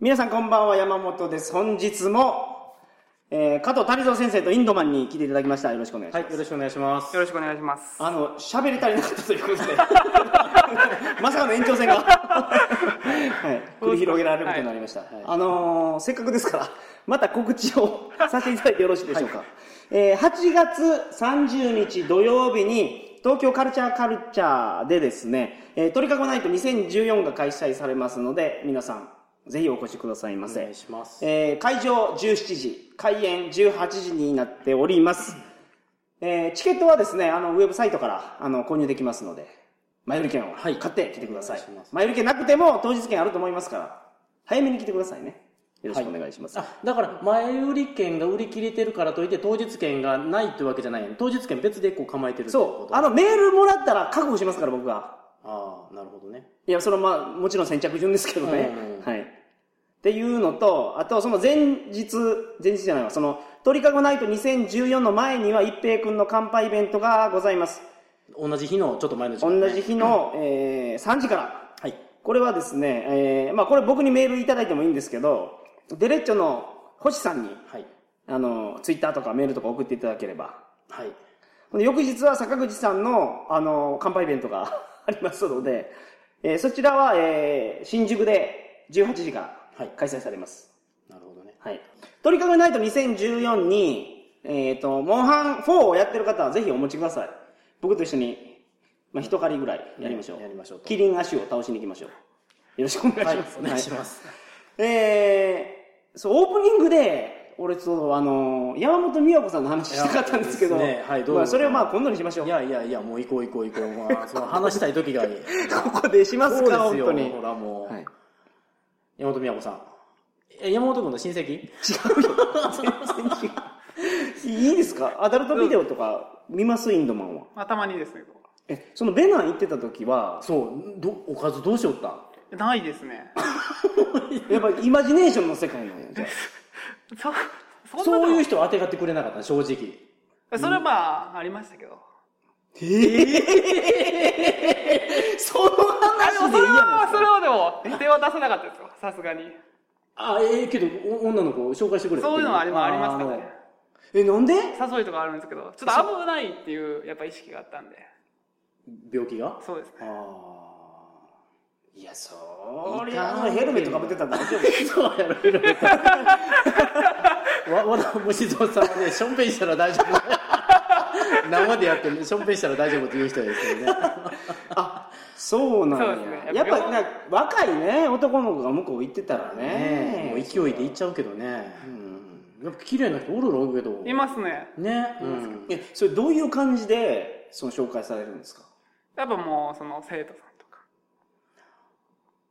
皆さんこんばんは、山本です。本日も、えー、加藤谷蔵先生とインドマンに来ていただきました。よろしくお願いします。はい、よろしくお願いします。よろしくお願いします。あの、喋り足りなかったということで。 まさかの延長戦が、はい、繰り広げられることになりました。あのーせっかくですから、また告知をさせていただいてよろしいでしょうか。えー8月30日土曜日に、東京カルチャーカルチャーでですね、えー、取り囲まないと2014が開催されますので、皆さん、ぜひお越しくださいまおせ。願いします。えー会場17時、開演18時になっております。えーチケットはですね、あの、ウェブサイトから、あの、購入できますので、前売り券を買って来てください。お願いします前売り券なくても当日券あると思いますから、早めに来てくださいね。よろしくお願いします。あだから前売り券が売り切れてるからといって当日券がないというわけじゃないよね当日券別でこう構えてるってこそう、とあの、メールもらったら確保しますから、僕が。ああなるほどねいや、それはまあ、もちろん先着順ですけどねうんうん。はい。っていうのと、あと、その前日、前日じゃないわ、その、鳥かごナイト2014の前には、一平くんの乾杯イベントがございます。同じ日のちょっと前の時間同ねじ日の、えー3時から。はいこれはですね、えーまあこれ僕にメールいただいてもいいんですけど、デレッチョの星さんに、はいあの、ツイッターとかメールとか送っていただければ。はいで翌日は坂口さんの、あの、乾杯イベントが ありますので、えーそちらは、えー新宿で18時からはい開催されます。なるほどねはい。鳥かごナイト2014に、えっ、と、モンハン4をやってる方はぜひお持ちください。僕と一緒に、まあ、一狩りぐらいやりましょう。やりましょうとキリン足を倒しに行きましょう。よろしくお願いします。お願いしますはいえー、そう、オープニングで、俺と、あのー山本美和子さんの話したかったんですけど、いやそうですねはいどうぞまあ、それをまあ、今度にしましょう。いやいやいやもう行こう行こう行こう、ま あ、その話したい時がいいここでしますか、そう本ですよ当に。ほらもう、はい山本美和子さんえ山本君の親戚いいですかアダルトビデオとか見ますインドマンは。まあ、たまにですけど。え、そのベナン行ってた時は、 そうどおかずどうしよったんないですね。やっぱイマジネーションの世界なんや、じゃそ、そんなそういうう人を当てがってくれなかった正直それはまあ、ありましたけど。そのあ、でも話そでいれいやは、それはでも、手は出せなかったですよ。さすがに。あええけどお女の子を紹介してくれそういうのはありまありますからね。え、なんで誘いとかあるんですけど、ちょっと危ないっていう、やっぱ意識があったんで。病気がそうですね。あいや、そりゃ、あのヘルメットかぶってたら大丈夫あそうやろいろいろわ 和田虫蔵さんはねしょんべんしたら大丈 夫生でやってるしょんべんしたら大丈夫っていう人ですけどねあ、そうなんそうですや。ねややっっぱぱ、なんか若いね、男の子が向こう行ってたらねえもね。う勢いでいっちゃうけどねうんやっぱ綺麗な人おるろうけどいますね。ねうんえ、それどういう感じで、その紹介されるんですかやっぱもう、その、生徒さんとか。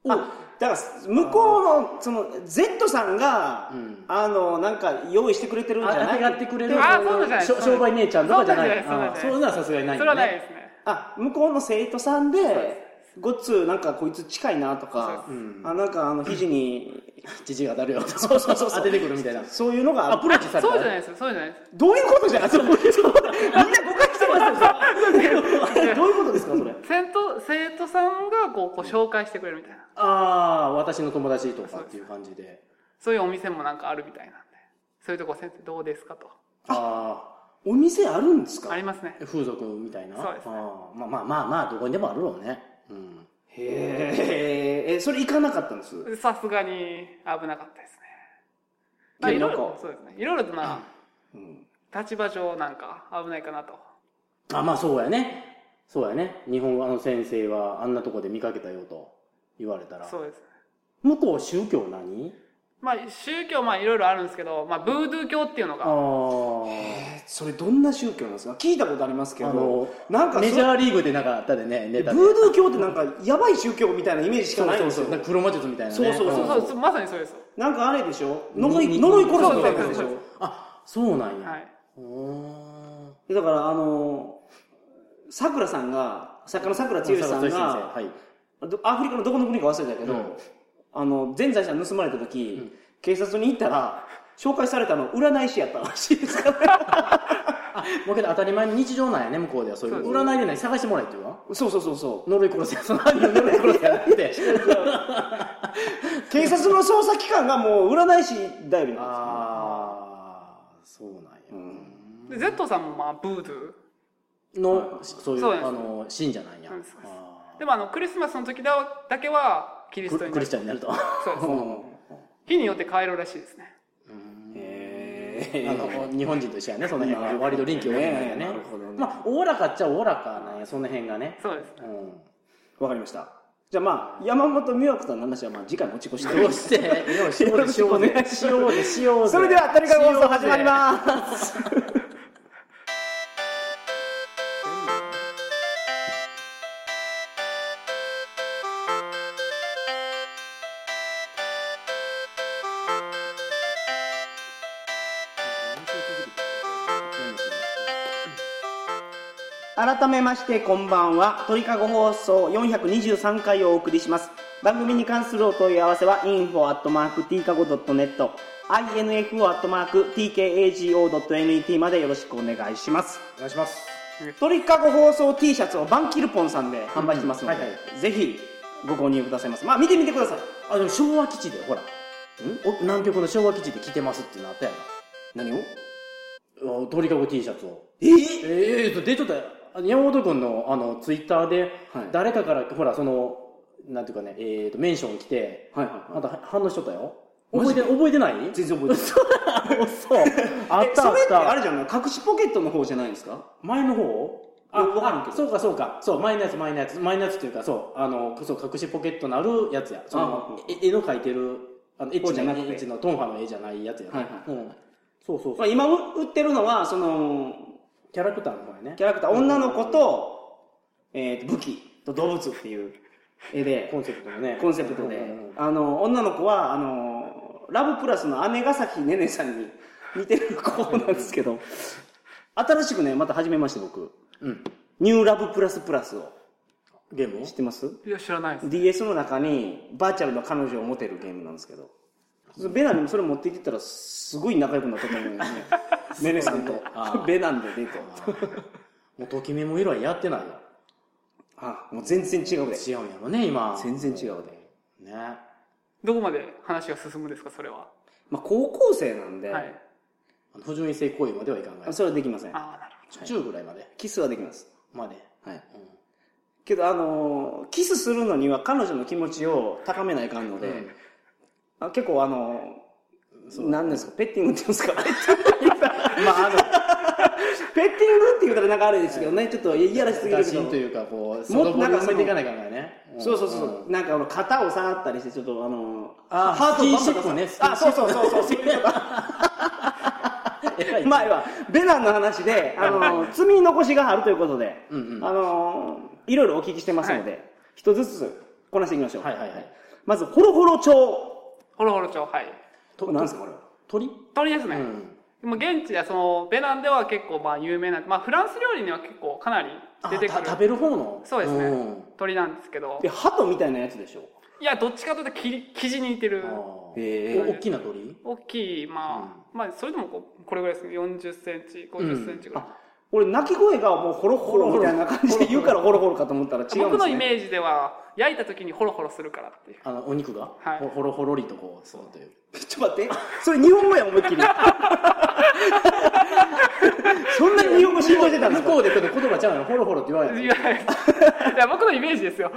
あ、だから、向こうの、その、Z さんがうん、あの、なんか用意してくれてるんじゃあ当てがないってくれるあそうなんじゃないしょ商売姉ちゃんとかじゃないそうなんじゃないあそういうのはさすがにないそよれはねないですね。あ、向こうの生徒さんで、ごっつ、なんかこいつ近いなとかそ、あ、なんかあの、肘に、父が当たるよそうそうそうそう当ててくるみたいなそういうのがあアるプローチされたそうじゃないですよ。そうじゃない です。どういうことじゃないそれみんな誤解して ますよ。どういうことですか、それ。生徒、生徒さんがこう、こう紹介してくれるみたいな。ああ私の友達とかっていう感じでそういうお店もなんかあるみたいなんで。そういうとこ先生どうですかと。あお店あるんですかあへりますね。あ風俗みたいなそうですねああまあまあまあまあどこにでもあるろうねうんえ。え、それ行かなかったんです。さすがに危なかったですね。まあ、でいろいなんろか、そうですね。いろいろとな、うん立場上なんか危ないかなと。あまあそうやねそうやね日本あの先生はあんなとこで見かけたよと言われたらそうですね。向こう宗教何まあ、宗教、まあ、いろいろあるんですけど、まあ、ブードゥー教っていうのあが、あえそれどんな宗教なんですか聞いたことありますけあど。のなんかメジそャーリーグでなんかあったでねれ、ネブターでドゥー教ってなんか、やばい宗教みたいなイメージしそかなういんですそうそうよ。なんか黒魔術みたいなねそうそうそうそうそう、まさにそうです。なんかあれでしょうん呪い、に呪い殺すみたいなやつそうでしそうそうょあそうなんや、はい。うーんだから、あの、さくらさんが、作家のさくらつよしさんが、はい、どアフリカのどこの国か忘れたけど、うんあの全財産盗まれた時、警察に行ったら紹介されたの占い師やったらしいですから あもうけど当たり前の日常なんやね向こうではそういうそう占いでない探してもらえっていうわそうそうそうそ 呪い殺せやその何を呪い殺せやなくてう警察の捜査機関がもう占い師頼りなんでああそうなんや、で Z さんもまあブードゥのそういうそうですあの信者なんやそうですそうですあーでもあのクリスマスの時だだけはキリースクトリにクなリるスチャンになるとそうですすよ。うん日によって変えるらしいですねへあえ。の日本人と一緒やねその辺は割と臨機応変なんやねなるほどねまあおおらかっちゃおおらかなんやその辺がねそうですねうわかりました。じゃあまあ、山本美和子さんの話はまあ次回持ち越しん、どてう。してよしようでしようよろでししようでしようでそれでは、トリカゴ放送始まります。改めましてこんばんは鳥かご放送423回をお送りします番組に関するお問い合わせは info.tkago.net info.tkago.net までよろしくお願いしますお願いします鳥かご放送 T シャツをバンキルポンさんで販売してますので、うんはいぜひご購入くださいますまあ見てみてくださいあでも昭和基地でほらんお南極の昭和基地で着てますってなったや何をなあ鳥かご T シャツをえーええとでちょっとあの山本君のあのツイッターではい誰かから、ほらそのなんていうかね、えー、とメンション来てはいはいあんた反応しとったよ覚えて覚えてない全然覚えてない そうあっえたあそっれってあたれじゃない隠しポケットの方じゃないんですか前の方あわかるけどそうかそうかそう前のやつ前のやつ前のやつっていうかそうあのそう隠しポケットのあるやつやその絵絵の描いてるあのエッ方チじゃななくてエッチのトンファの絵じゃないやつや、はいはいうん、そうそうまそあう今売売ってるのはそのキャラクターの方やねキャラクター女の子と,、えーと武器と動物っていう絵でコンセプトのねコンセプトでうんうんうんあの女の子はあのラブプラスの姉ヶ崎ねねさんに似てる子なんですけど新しくねまた始めました僕うんニューラブプラスプラスをゲーム知ってますいや知らないです DS の中にバーチャルの彼女を持てるゲームなんですけどそれベナにもそれ持ってきてたらすごい仲良くなったと思うんですねねねさんとあー ベナンでデートもうときめも色はやってないよあもう全然違うで違うんやろね今全然違うでねどこまで話が進むんですかそれはまあ、高校生なんで、はいあの不純異性行為まではいかんがそれはできません。ああなるい中ぐらいまでキスはできます。まではい。うんけど、あのーキスするのには彼女の気持ちを高めないかんので、うんあ結構あのー、何ですか、ペッティングって言うんですかペッ ま ああのティングって言うたらなんかあれですけどね、ちょっといやらしすぎ打るけど。診というかこうもっと外堀を埋めていかないかんからねそうそうそう。なんかあの、肩を触ったりして、ちょっとあのーあーハートをバンバンスキンシップねあ、そうそうそう そう、そういうこと。偉い前は、ベナンの話で、あのー、積み残しがあるということで、うんうんあのーいろいろお聞きしてますので、一、つずつこなしていきましょう。はいはいはいまず、ホロホロ帳。ほどホロホロ町はいこれ何ですか、これは。鳥鳥ですうね、んでも現地ではそのベナンでは結構まあ有名な、まあ、フランス料理には結構かなりあ出てくたる食べる方のそうですねん鳥なんですけどで、鳩みたいなやつでしょ。いやどっちかというとき生地に似てるあへーお大きな鳥大きいまあ、まあそれでもこうこれぐらいですね4 0センチ5 0センチぐらい、俺、鳴き声がもうホロホロみたいな感じで言うからホロホロかと思ったら違うんです、ね。僕のイメージでは焼いた時にホロホロするからっていうあのお肉がはいほほろほろりとこうそうという ちょっと待って。それ日本語やん、思いっきり。そんなに日本語浸透してたんで向すかこうでちょっと言葉ちゃうのほろほろって言わないいのやいや僕のイメージですよ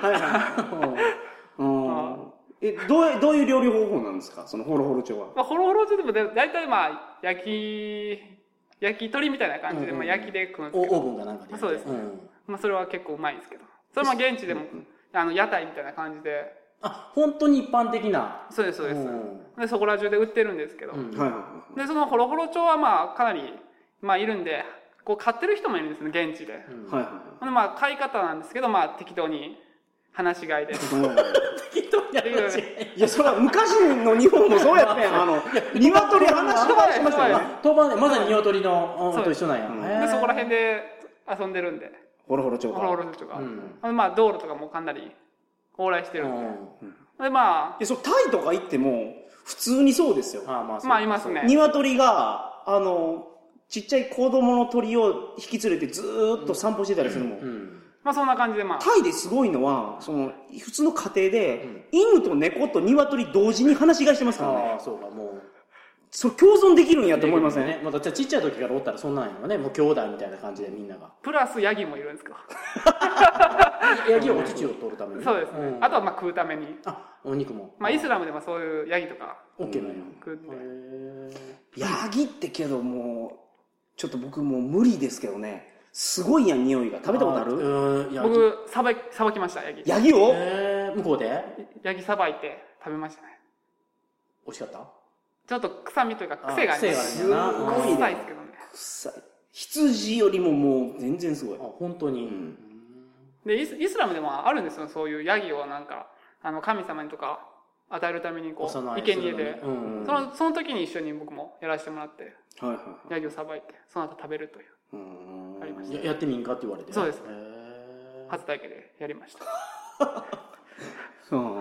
うんえ、どういう、どういう料理方法なんですかそのホロホロ帳は。まあ、ホロホロってでもだ大体まあ焼き焼き鳥みたいな感じで、うんうんうんまあ、焼きで食うんですおけど、オーブンかなんかでそうですねんまあ、それは結構うまいんですけどそれも現地でも、あの屋台みたいな感じであ本当に一般的なそうですそうです、うんでそこら中で売ってるんですけど、うんはいはいはでそのホロホロ町はまあかなり、まあ、いるんでこう買ってる人もいるんですね現地で、い。はいはいほんでまあ買い方なんですけどまあ適当に話し飼いで適当にやるやついや、それは昔の日本もそうやったやん。あの、鶏話しばしましたよそうね。当番ねまさに鶏のそううんでとす一緒なんやへでーそこら辺で遊んでるんでホロホロ帳ホロホか。ロ町が、うんほんでまあ道路とかもかなり往来してるんで、うんでまえ、そう、タイとか行っても、普通にそうですよ。あーまああそうまあいますね鶏が、あの、ちっちゃい子供の鳥を引き連れてずーっと散歩してたりするもん。うんまあそんな感じでまあ。タイですごいのは、その、普通の家庭で、犬と猫と鶏同時に話し飼いしてますからね。ああ、そうか、もう。それ共存できるんやと思いますよね。ね。まあ、だってちっちゃい時からおったらそんなんやろね。もう兄弟みたいな感じでみんなが。プラスヤギもいるんですけど。ヤギをお乳を取るために。そうですね。んあとはまあ食うために。あ、お肉も。まあイスラムでもそういうヤギとかオッケーなんや。食うんで。へヤギってけどもう、ちょっと僕もう無理ですけどね。すごいやん、匂いが。食べたことあるうん、ヤギ。僕、さば、さばきました、ヤギ。ヤギをえー、向こうでヤギさばいて食べましたね。美味しかったちょっと臭みというか癖がありまあす。癖があるんやな。すごうんね臭いですけどね。臭い。羊よりももう全然すごいあ。本当に。で、イスイスラムでもあるんですよ、そういうヤギをなんか、あの、神様にとか与えるためにこ幼う、い生贄するで。のにうん。その、その時に一緒に僕もやらせてもらって、はいはい。ヤギをさばいて、その後食べるという、うーんありましややってみんかって言われて。そうですへー初体験でやりました。うんすごいな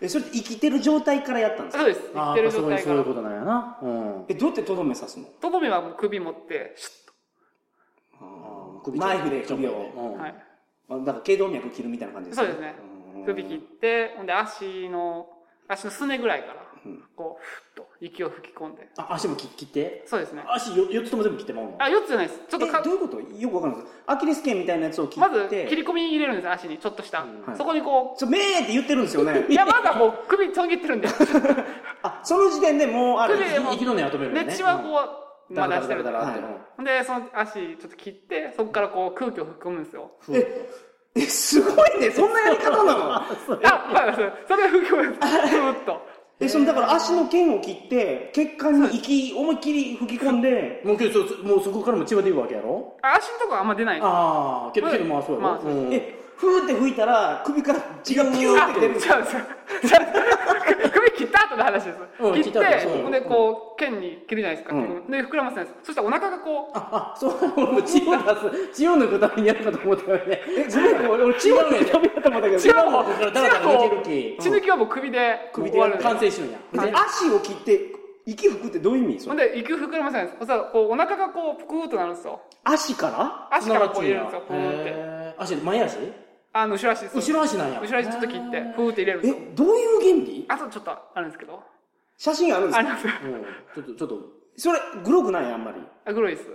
え、それって生きてる状態からやったんですかそうです、あ生きてるーやっぱ状態そかういうそら。ういうことなんやな。うん。え、どうやってとどめ刺すのとどめはもう首持って、シュッあー首ナイフで首を。うんと。はい。あだから頸動脈切るみたいな感じですそうですね。うん首切って、ほんで足の、足のすねぐらいからうん、こう、ふっと息を吹き込んで。あ、足も切切って。そうですね。足よ4つとも全部切ってもらうのあ、4つじゃないです。ちょっとかえどういうことよくわかんないですアキレス腱みたいなやつを切まずっ切て、り込み入れるんです足にちょっとした、はいそこにこちょ、めーって言ってるんですよね う。いやまだもう首ちょん切っ てるんであ、その時点でもうある。首でもう息の根を止めるのねで血はこう、うんまだだら出しだてらるだからだらはっいてほんでその足ちょっと切ってそこからこう空気を吹き込むんですようんええ、すごいね、そんなやり方 なのあまあそれを吹き込むんですふーっとえ、その、だから足の腱を切って、血管に息、思いっきり吹き込んで、もうけどそもうそこからも血は出るわけやろあ足のとこはあんま出ないですああけどはいけどまあそうやまあろ、そううんえ、ふーって吹いたら、首から血がピューって出るんですあ違 うんですよ違うんです首切った後の話です、うん切っ切ったて後そうほんでこう剣に切るじゃないですか、うで膨らませるんですそしたらお腹がこうああそう俺も血を出す血 を抜くためにやるかと思ったよねえ、ごめ ん、俺、俺血を抜いたと思ったけど、血はもうだから血だらだらは抜もけるう血抜きはもう首で首で終わるんです完成しるんやで足を切って、息吹くってどういう意味そほんれで、息膨らませないんです。そしたら、こう、お腹がこう、ぷくーっとなるんですよ。足から足からこう入れるんやですよ、ぷーって。へー足前足あの、後ろ足です。後ろ足なんや後ろ足ちょっと切って、ぷーって入れるんでえすよ。、どういう原理あとちょっとあるんですけど。写真あるんですあかります。うんちょっとちょっとそれ、グロくないあんま り。あ、グロいです。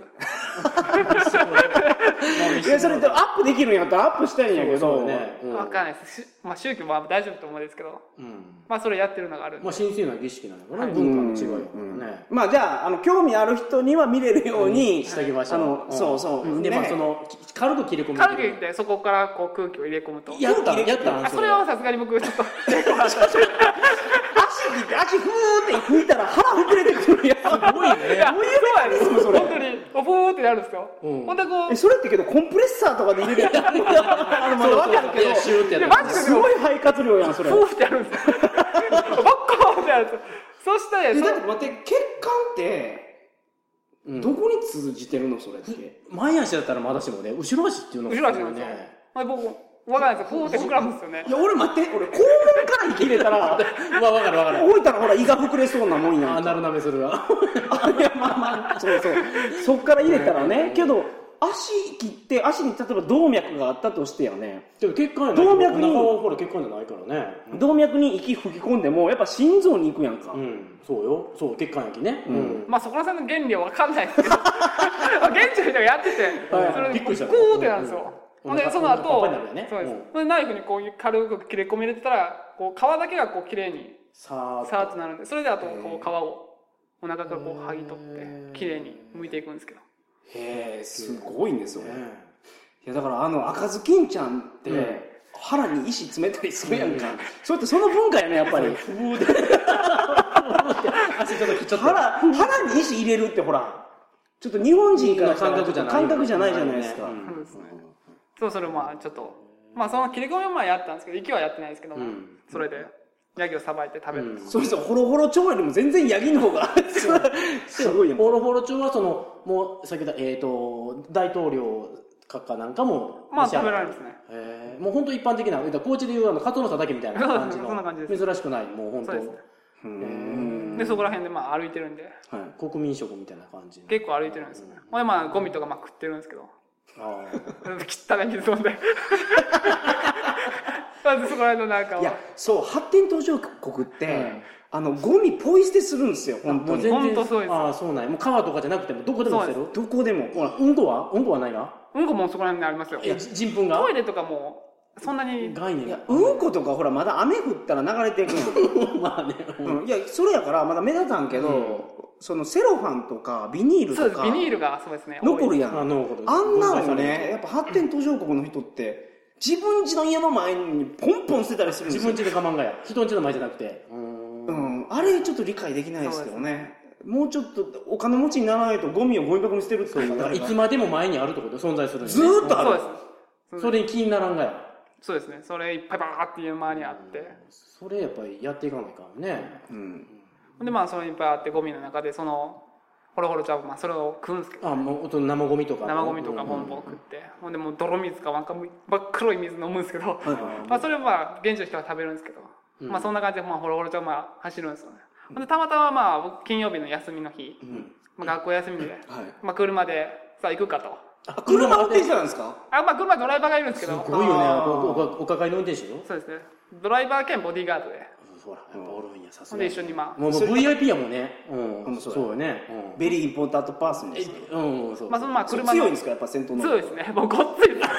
いや、それでアップできるんやったらアップしたいんやけそうど、ねうんわかんないです。しまあ、宗教は大丈夫と思うんですけど。うんまあ、それやってるのがあるんで。まあ神聖な儀式なのかなはい文化の違いだからねまあじゃあ、あの、興味ある人には見れるように、してあげましょあうの、んそうそんう。でまあねそ、のき軽く切り込む軽く言って、そこからこう空気を入れ込むと。やったやったんあ、それはさすがに僕、ちょっと、足切って、足ふーって吹いたら腹膨れてくるやつ。ごいねいや、そうなんですそれ本当に、おぷーってなるんですよ。うんほんで、こう え、、それってけど、コンプレッサーとかで入れるやつ。 あの、まだわかるけど、シューってやで、ったマジですごい肺活量やん、それ。ふーってやるんですよ。 バッコーってやるんですよ。そして、え、そだって待って、血管って、うんどこに通じてるの、それって。前足だったらまだしもね後ろ足っていうのが後ろ足なんですよ。まあ、僕、わかんないですよ。こうって膨らむんですよねい。や、俺待って、俺、肛門から息入れた ら、わわかるわかる置いたらほら、胃が膨れそうなもんやんあかーなるなめするわいやまあまあ そうそうそっから入れたらねけど足切って足に例えば動脈があったとしてよねでも血管や動脈にお腹はほら血管じゃないからね動脈に息吹き込んでもやっぱ心臓に行くやんか、うんそうよそう血管液ねうんまあ、そこら辺の原理はわかんないですけど、現地の人がやってて、はいそれびでっこくうりしたグーってなるんですよ。うんほんで、お腹そのお後、腹いっぱいになるよねそうですうん。ほんでナイフにこういう軽く切れ込み入れてたら、こう皮だけがこう綺麗にさあさーっとなるんで、それであとこう皮をお腹からこへうー剥ぎ取って、綺麗に剥いていくんですけど。へえすごいんですよねねいやだからあの赤ずきんちゃんって、うん腹に石詰めたりするやんか、それってその文化やねやっぱり足ちょっとちょっと腹腹に石入れるってほらちょっと日本人からしたら感覚じゃない感覚じゃないじゃないですか、うんそうですね。そう、それをまあ、ちょっと、まあ、その切れ込みはまあやったんですけど、息はやってないですけど、んそれで、ヤギをさばいて食べるんです。そうそうホロホロ腸よりも全然ヤギの方がすごいよねボロボロ中はそのもう先ほどえっと大統領閣下なんかもまあ、食べられるんるですね。えーもう本当一般的な言うたら高知でいうあのカツオのたたきみたいな感じのそうですそんな感じで珍しくないもう本そうですね当うーんで、そこら辺でまあ歩いてるんで、はい国民食みたいな感じの結構歩いてるんですよね。ほんでまあゴミとかまあ食ってるんですけど、 あ汚い水飲んで まずそこら辺のなんかいやはそう発展途上国って、うんあのゴミポイ捨てするんですよあ本当もうに全本然当そうですああそうなんやもう川とかじゃなくてもどこでも捨てるどこでもほらうんこはうんこはないなうんこもそこら辺にありますよえじ人糞がトイレとかもそんなに概念いがやうんことかほらまだ雨降ったら流れていくのまあね、うんうん、いやそれやからまだ目立たんけど、うんそのセロファンとかビニールそとうですかビニールがそうですね残るやんあのことですあんなのねやっぱ発展途上国の人って自分家の家の前にポンポン捨てたりするんで自すよ分家で我慢がや人ん家の前じゃなくてうーうんん、あれちょっと理解できないですけどねもうちょっとお金持ちにならないとゴミをゴミ箱に捨てるっていうだからいつまでも前にあるってこと存在するんやねずーっとあそるうですうんそれに気にならんがやそうですねそれいっぱいバーって家の周りにあってそれやっぱりやっていかないかんねうんでまあそれいっぱいあってゴミの中でそのホロホロちゃんまあそれを食うんですけどあもう音生ゴミとか生ゴミとかボンボン食ってほんでもう泥水かなんか真っ黒い水飲むんですけどはいはいまあ、それはまあ現地の人が食べるんですけど、うんまあ、そんな感じでまあホロホロちゃんまあ走るんですよね、ほんでたまたままあ僕金曜日の休みの日、んまあ、学校休みで、はいまあ、車でさあ行くかとあ車運転してたんですかあ、まあ、車ドライバーがいるんですけすどごいよねあーおおおお抱えの運転手よそうですねドライバー兼ボディーガードでほらやっぱおるんやさすほがんで一緒にまあもうもうそれ VIP やもんねううんんそうやそうよねベリーインポーターとパーソンうんですかえうんそうまあそのまあ車の強いんですかやっぱ戦闘能そう力ですねもうごっついですいやっ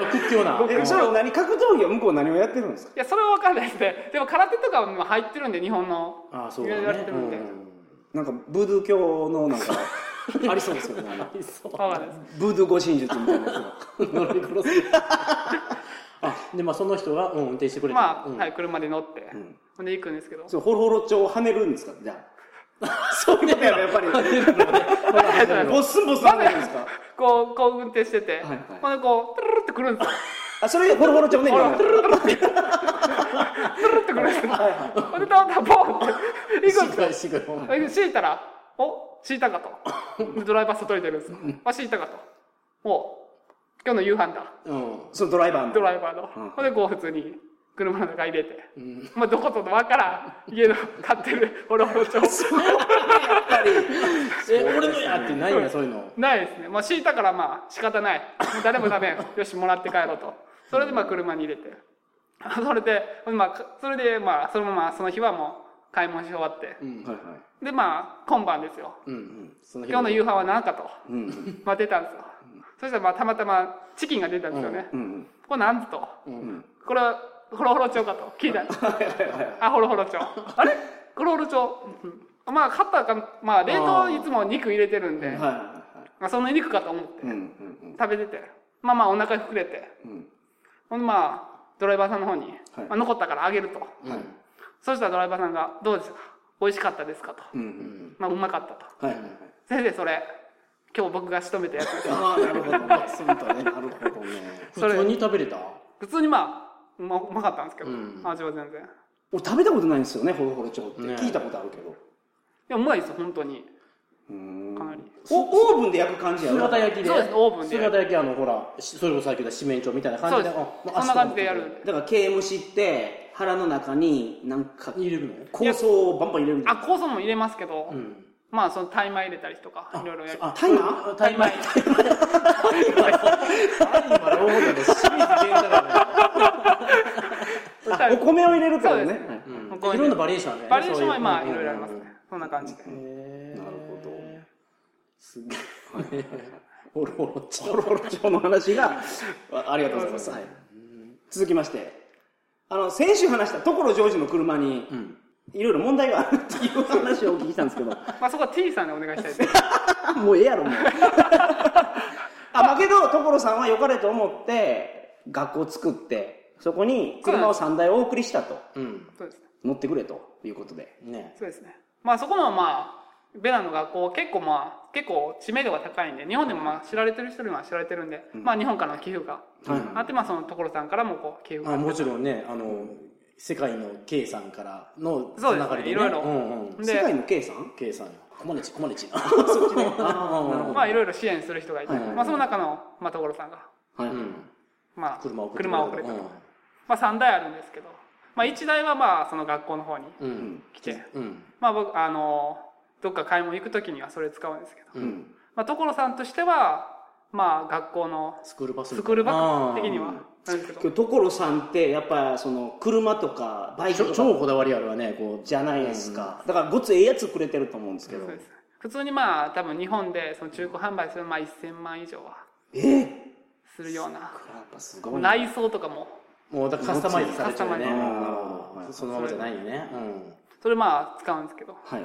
ぱ屈強なえそれは何格闘技は向こう何をやってるんですかやそれは分かんないですねでも空手とかも入ってるんで日本のああそうだいろいろやねってるんでなんかブードゥー教のなん かありそうです よねあのうんそう分かんないですブードゥー護身術みたいなやつが乗り殺す あでまあその人がうん運転してくれてまあ、うんはい車で乗って、んほんで行くんですけどそうホロホロ帳をはめるんですかじゃあ そういうことやろやっぱり ボスンボスンはめるんですかこうこう運転してて、はいほんでこうトゥルルルってくるんですよあそれホロホロ帳ねほ今ら、のトゥルルルって、トゥルルってくるんですよ。ほんで、たまたまポンって、行くんですよ。しぐほんま敷いたら、お敷いたかと。でドライバー外に出るんですよ。あ、敷いたかと。お今日の夕飯だ。うんそのドライバーのドライバーのうん。ほんで、こう普通に車の中入れて。うんまあ、どことわからん家の買ってるホロホロ帳。え俺のやってないんだそういうのないですね。まあ、敷いたからまあ、仕方ない。もう誰もダメ。よし、もらって帰ろうと。それでまあ、車に入れて。 それで、まあ、それでまあ、そのまま、その日はもう、買い物し終わって。うんはいはいで、まあ、今晩ですよ。うんその日今日の夕飯は何かと。うんまあ、出たんですよ。そしたら、まあ、たまたま、チキンが出たんですよね。うんこれなんと。うんこれは、ホロホロ帳かと。聞いたんです。あ、ホロホロ帳。あれホロホロ帳。うんまあ、買ったか、まあ、冷凍いつも肉入れてるんで、はいまはあ、その肉かと思っていはいうんうん食べてて、まあまあ、お腹膨れて、うんうんほんでまあ、ドライバーさんの方はに、いまあ、残ったからあげると。はいそしたらドライバーさんが、どうですか美味しかったですかと。うんううんんまあ、うまかったと。はいはいはい先生、それ、今日僕が仕留めたやつああなるほどねそうだねなるほどねそれ普通に食べれた普通にまあうまうまかったんですけど、うん味は全然い俺食べたことないんですよねホロホロ帳ってね聞いたことあるけどやうまいです本当にうーんかなり、おオーブンで焼く感じやろ姿焼きでそうですオーブンで姿焼きあのほらしそれこそさっき言った四面鳥みたいな感そうじでですあそんな感じでやるんでだから刑務所って腹の中になんか入れるの酵素をバンバン入れるんじゃあん酵素も入れますけど、うんまあそのタイマー入れたりとかいろいろやるあタイマータイマータイマー大物で清水源太郎あお米を入れるからそうねですはいのこういういろんなバリエーションあるねバリエーションはまあそういうろいろありますねそんな感じで、へーなるほどすげえおろおろちホロホロ帳の話があありがとうございます、はい、続きましてあの先週話した所ジョージの車にんいろいろ問題があるっていう話をお聞きしたんですけどまあそこは T さんでお願い したいですあもうええやろもうあまあけど所さんは良かれと思って学校を作ってそこに車を3台お送りしたとうんそうですね乗ってくれということでねそうですねまあそこのまあベナの学校結構まあ結構知名度が高いんで日本でもまあ知られてる人には知られてるんで、まあ日本からの寄付が、はいあってまあその所さんからもこう寄付があもちろんねあの世界の K さんからのそうですね流れいろいろうんうんで世界の K さん K さんよコマネチコマネチな そっちねあまあいろいろ支援する人がいて、はいはいはいまあ、その中の、まあ、所さんが、はいまあ、車を送って車を送れうたんと、まあ、3台あるんですけど、まあ、1台はまあその学校の方にうん来て、うんまあ、僕あのどっか買い物行く時にはそれ使うんですけど、ううんんまあ、所さんとしてはまあ学校のスクールバススみたいなクールバッグ的にあはなんですけ今ど日所さんってやっぱその車とかバイちクょと超かこだわりあるわねこうじゃないですか、だからごつええやつくれてると思うんですけどそうです普通にまあ多分日本でその中古販売するのまあ1000万以上はええするようなやっぱすごいな内装とかももうだからカスタマイズさカれてるねスタマイズうんなるほどそのままじゃないよねうんそれまあ使うんですけど、はい、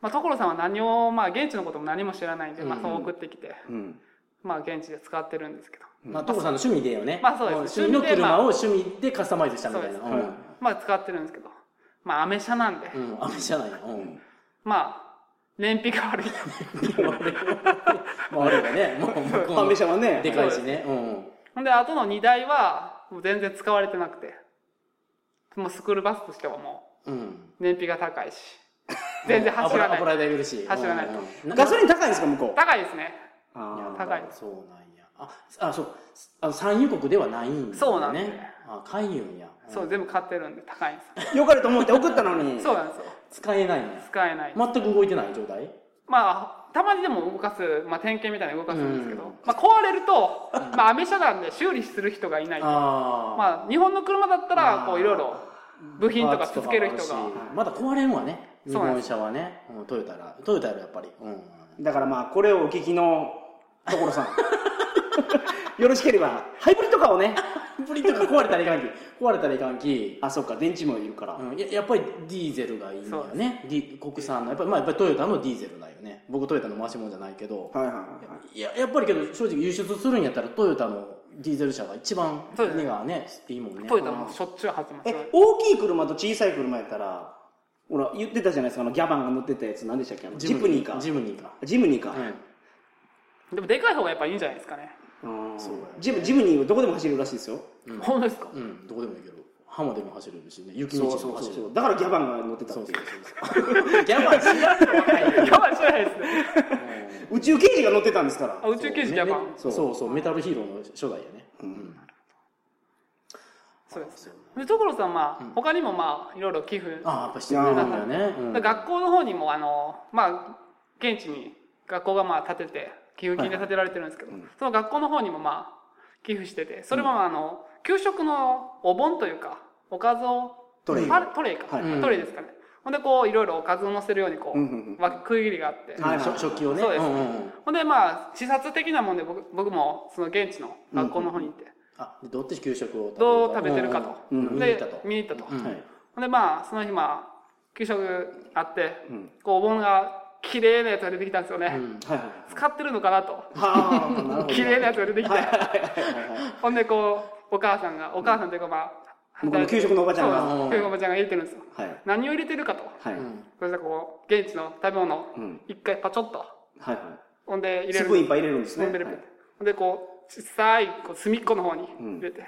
まあ、所さんは何をまあ現地のことも何も知らないんで、まあ、そう送ってきて、うん、まあ現地で使ってるんですけどまあ、トコさんの趣味でよね。まあそうですも趣趣味味のでま車あを趣味でカスタマイズしたみたいな。そううんでまあ使ってるんですけどまあアメ車なんで、うん。あれじゃないの。うん。まあ燃費が悪い まあ、あれがね、もう向こうファンのベシャはねでかいしね。うん。ほんで後の荷台はもう全然使われてなくてもうスクールバスとしてはもうん。う燃費が高 いし全然走らない油油で売るし。走らないうんうんガソリン高いんですか向こう高いですねあ高いそうなんや。あ、あそう。あの、産油国ではないんだね。そうなんですねあ、海運や。んそう全部買ってるんで高いんですよあよかれと思って送ったのに そうなんですよ使えないんや。使えない全く動いてない状態まあ、たまにでも動かす、まあ、点検みたいなの動かすんですけど、うんまあ、壊れると、まあ、アメ車なんで修理する人がいない。ああ。まあ、日本の車だったら、こあう、ーいろいろ部品とかパーツ付ける人もあが。るしまだ壊れんわね。日そうなんで本車はね。うんトヨタら。トヨタやろ、やっぱり。うん。だからまあこれをお聞きの所 さんよろしければハイブリッドカーを ねプリンとか壊れたらいかんき壊れたらいかんき、あそうか電池もいるから、うん、ややっぱりディーゼルがいいんだよねディ国産のやっぱり、まあ、やっぱりトヨタのディーゼルだよね僕トヨタの回し物じゃないけどはいはいはいはいいややっぱりけど正直輸出するんやったらトヨタのディーゼル車が一番そうですね値がねいいもんねトヨタもしょっちゅう走ってます。え大きい車と小さい車やったらほら言ってたじゃないですかあのギャバンが乗ってたやつ何でしたっけあのジプニーかジムニーか、ジムニーか、うんでも、でかい方がやっぱいいんじゃないですかね。うんそうやねジムジムニーはどこでも走れるらしいですよ本当ですか うん、どこでも行ける浜でも走れるしね雪道でも走れるだからギャバンが乗ってたっていうギャバン知らんの若いやばい、知らないですね。宇宙刑事が乗ってたんですからあ宇宙刑事やっぱ。そうそうそうメタルヒーローの初代やねうんそうです。で、所さん、まあ、他にもまあ、いろいろ寄付。ああやっぱしてくれるんだよね、うん、学校の方にも、あの、まあ、現地に学校がまあ、建てて、寄付金で建てられてるんですけど、その学校の方にもまあ、寄付してて、それもまああの、給食のお盆というか、おかずを、トレイパトレイか、はいトレイですかね。ほんで、こう、いろいろおかずを乗せるように、こう、うんうんわ区切りがあって、はいうん食食器をねそうですんんうんほんで、まあ、視察的なもんで、僕僕も、その現地の学校の方に行って、あでどっち給食をどう食べてるかと。うんうん見に行でったと、見に行ったと。うんはいほんで、まあ、その日、まあ、給食あって、うんこう、お盆が綺麗なやつが出てきたんですよね。うんはいは使ってるのかなと。いはあなるほど綺麗なやつが出てきて。はいはいほんで、こう、お母さんが、お母さんというか、まあ、向こうの給食のおばちゃんがそうです給食のおばちゃんが入れてるんですよ。はい何を入れてるかと。はいうんそしたら、こう、現地の食べ物をうん一回パチョッと。はいはほんで、入いれスる。プーンいっぱい入れるんですほねんで、ほんでこう、小さい、こう、隅っこの方に入れて。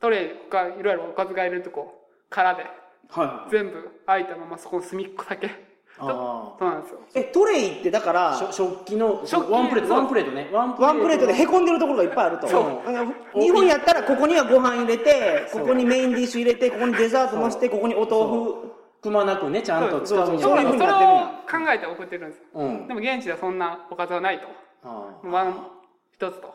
トレイ、他、いろいろおかずがいるとこ、殻で、はいはい全部開いたまま、そこの隅っこだけ。あそうなんですよ。えトレイってだかあら食食器の食器ワンプレートそうワンプレートねワンワンプレートでへここんでるところがいっぱいあるとそううん日本やったらここにはご飯入れてここにメインディッシュ入れてここにデザート増してここにお豆腐くまなくねちゃんと使そううにそそうういなうんふでうにすそれなっをてるんや考えて送ってるんです。うんでも、現地ではそんなおかずはないと。あーワン、一つと。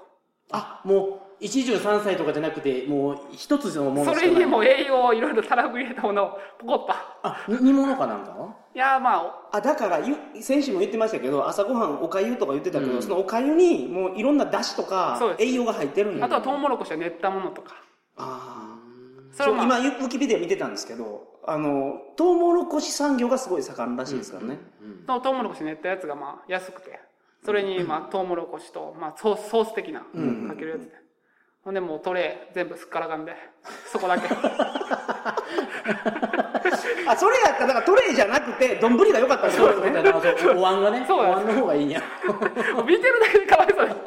あもう一十三歳とかじゃなくてもう一つのものそしれかなにいも栄養をいろいろたらぶ入れたものをポコッと。あに煮物かなんかのいやーまあ、あだからゆ先週も言ってましたけど朝ごはんおかゆとか言ってたけど、そのおかゆにもういろんなだしとそうかです栄養が入ってるんやあとはトウモロコシは練ったものとか。あそあれそをうまあ今ウキビデオ見てたんですけどあのトウモロコシ産業がすごい盛んらしいですからね、そのトウモロコシ練ったやつがまあ安くて。それにまあトウモロコシと、まあソース、ソース的な、かけるやつで。ほんでもうトレー全部すっからかんで、そこだけ。あそれやったらだからトレイじゃなくて丼が良かったんですそうよそうそうお椀がねお そう椀の方がいいんやもう見てるだけでかわいそうです。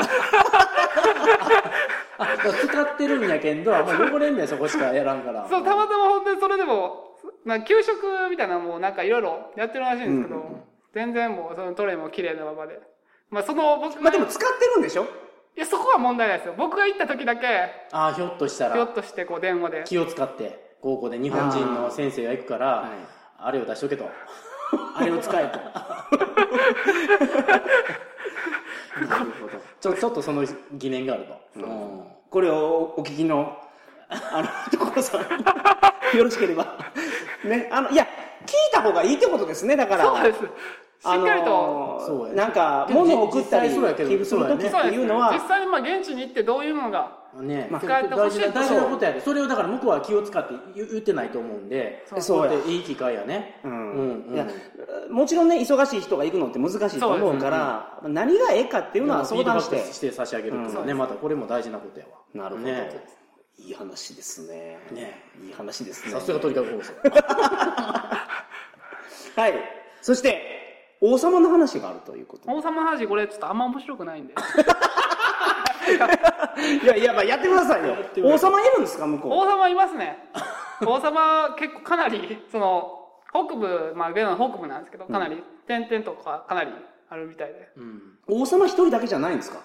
あだから使ってるんやけんどあんま汚れんねんそこしかやらんからそう、たまたま本当にそれでも、まあ給食みたいなのもなんかいろいろやってるらしいんですけど、全然もうそのトレーも綺麗なままで。まあその僕が、まあでも使ってるんでしょいやそこは問題ないですよ。僕が行った時だけ、あーひょっとしたひょらっとしてこう電話で。気を使って高校で日本人の先生が行くかあらーはいあれを 出しとけとあれを使えと なるほどちょちょっとその疑念があると。うんこれをお聞きの、あの、所さん、よろしければ。ね、あの、いや、聞いた方がいいってことですね、だから。そうです。しあっのかりと。そうやねなんか、物を送ったり、実際寄そうやけど付するそうとやねきんっそうてでいすうねのは、実際にまあ現地に行ってどういうものがね、まあ大使っ事なてほしいと大事なことやで、それをだから向こうは気を使って言言ってないと思うんで、そうそうやだっていい機会やね。うんうんうんいやもちろんね忙しい人が行くのって難しいと思うから何がええかっていうのはでも相談しフィーてドバックして差し上げるっていうのはうね、んまたこれも大事なことやわ。なるほど、ねいい話ですねねいい話ですねさすが鳥かご放送。はいそして王様の話があるということ王様の話これちょっとあんま面白くないんでいやいや、まあ、やってくださいよってく王ださ様いるんですか向こ王様いますね王様結構かなりその北部まあベナの北部なんですけどかなり点々とかかなりあるみたいでうんう王様一人だけじゃないんですか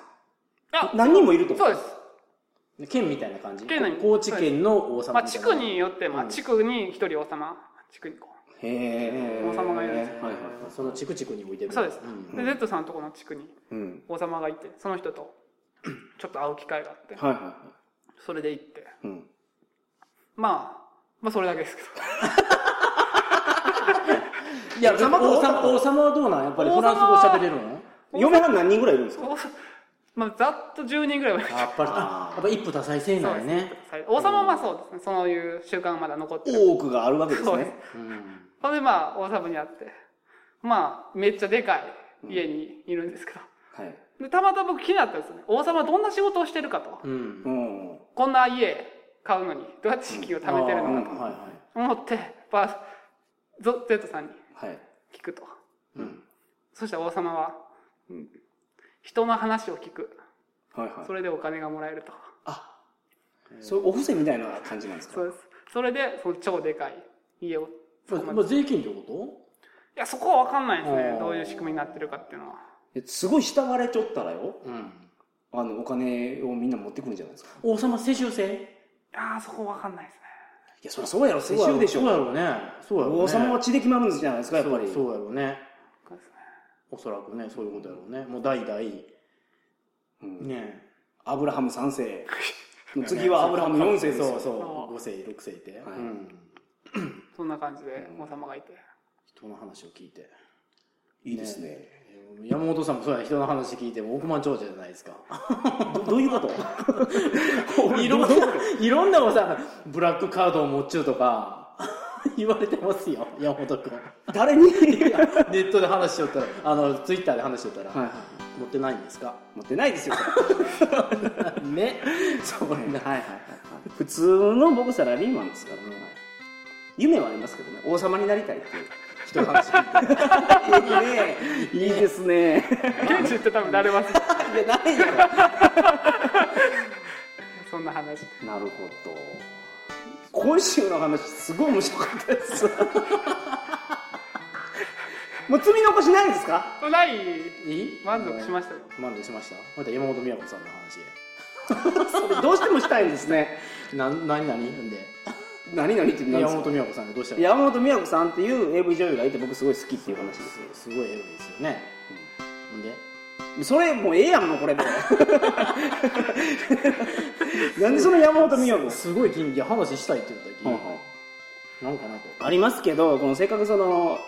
あ何人もいるってことそうですで県みたいな感じ。県内に高知県の王ま様あみた地いな。区によってまあ地区に一人王様地区にこうへえ王様がいるんですよはいはいはいその地区地区に置いてる。そうですんで Z さんのところの地区にうん王様がいてその人と ちょっと会う機会があってはいはいはそれで行っていうんまあまあそれだけですけどいや、王王様と様、王様はどうなんやっぱりフランス語喋れるの嫁は何人ぐらいいるんですかお まあ、ざっと10人ぐらいはやっぱり、あーやっぱ一夫多妻制そうなでんやすね。王様はまあそうですねそういう習慣がまだ残ってる多くがあるわけですそうでねすうんそれでまあ王様に会ってまあめっちゃでかい家にいるんですけど、はいでたまたま僕気になったんですよね王様はどんな仕事をしてるかと、うんう。んこんな家買うのにどうやって資金を貯めてるのかうんはいはい。と思って、まあ、ゾゼットさんにはい聞くとうん。そしたら王様は、うん人の話を聞くはいはいそれでお金がもらえるとあそれお布施みたいな感じなんですかそうですそれでその超でかい家をこれまあ税金ってこいや、そこは分かんないですうねん。どういう仕組みになってるかっていうのは。すごい慕われちょったらよとうん。あのお金をみんな持ってくるんじゃないですか王様世襲制いやー、そこ分かんないですね。いやそりゃそうやろ世襲でしそうょやろうね。そうやろうね。王様は血で決まるんじゃないですかやっぱりそうそうやろうね。そうですねおそらくね、そういうことやろうね。もう代々。うんね。アブラハム3世次はアブラハム4世ですよそうあそあう。5世、6世いて。はいうん。そんな感じで王様がいて。人の話を聞いて。いいですね山本さんもそうや、人の話聞いても億万長者じゃないですか。どどういうこと いろんな、 いろんなおさ、ブラックカードを持っちゅうとか、 言われてますよ、山本君。誰に ネットで話しちゃったら、あの、ツイッターで話しちゃったら、はいは持ってないんですか持ってない ですよ ね。 それな。はいはいはいはい普通の僕サラリーマンですからね夢はありますけどね王様になりたいっていう人の話聞いて。い いねいいですね現地行って多分慣れますよ。いやない よそんな話。なるほど今週の話すごい面白かったです もう積み残しないですかない、いい満足しましたよ。満足しましたまた山本美和子さんの話それどうしてもしたいんですねな何何で何々って何で山すか本美和子さんがどうしたら山本美和子さんっていう AV 女優がいて僕すごい好きっていう話ですすごいエロいですよね、ん、ですそれもうええやんもうこれでなんでその山本美和子すごい金いや話したいって言ほんった時、ほんなんかなとありますけどこのせっかくその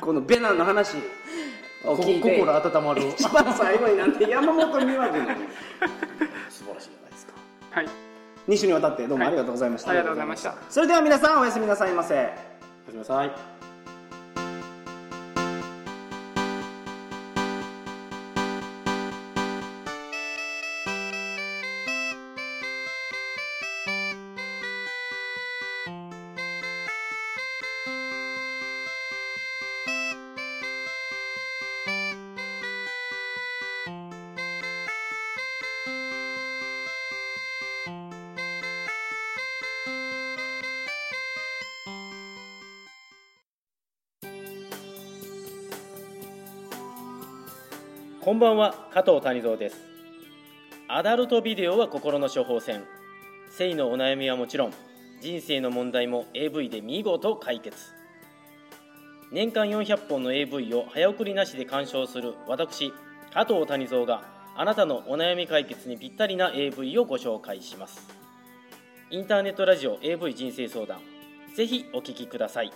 このベナンの話をこ聞いて心温まる 素一番最後になんて山本美和子の晴らしいじゃないですかはい。 2週にわたってどうもありがとうございました、ありがとうございました。それでは皆さんおやすみなさいませおやすみなさいこんばんは加藤谷蔵ですアダルトビデオは心の処方箋性のお悩みはもちろん人生の問題も AV で見事解決年間400本の AV を早送りなしで鑑賞する私加藤谷蔵があなたのお悩み解決にぴったりな AV をご紹介しますインターネットラジオ AV 人生相談ぜひお聞きください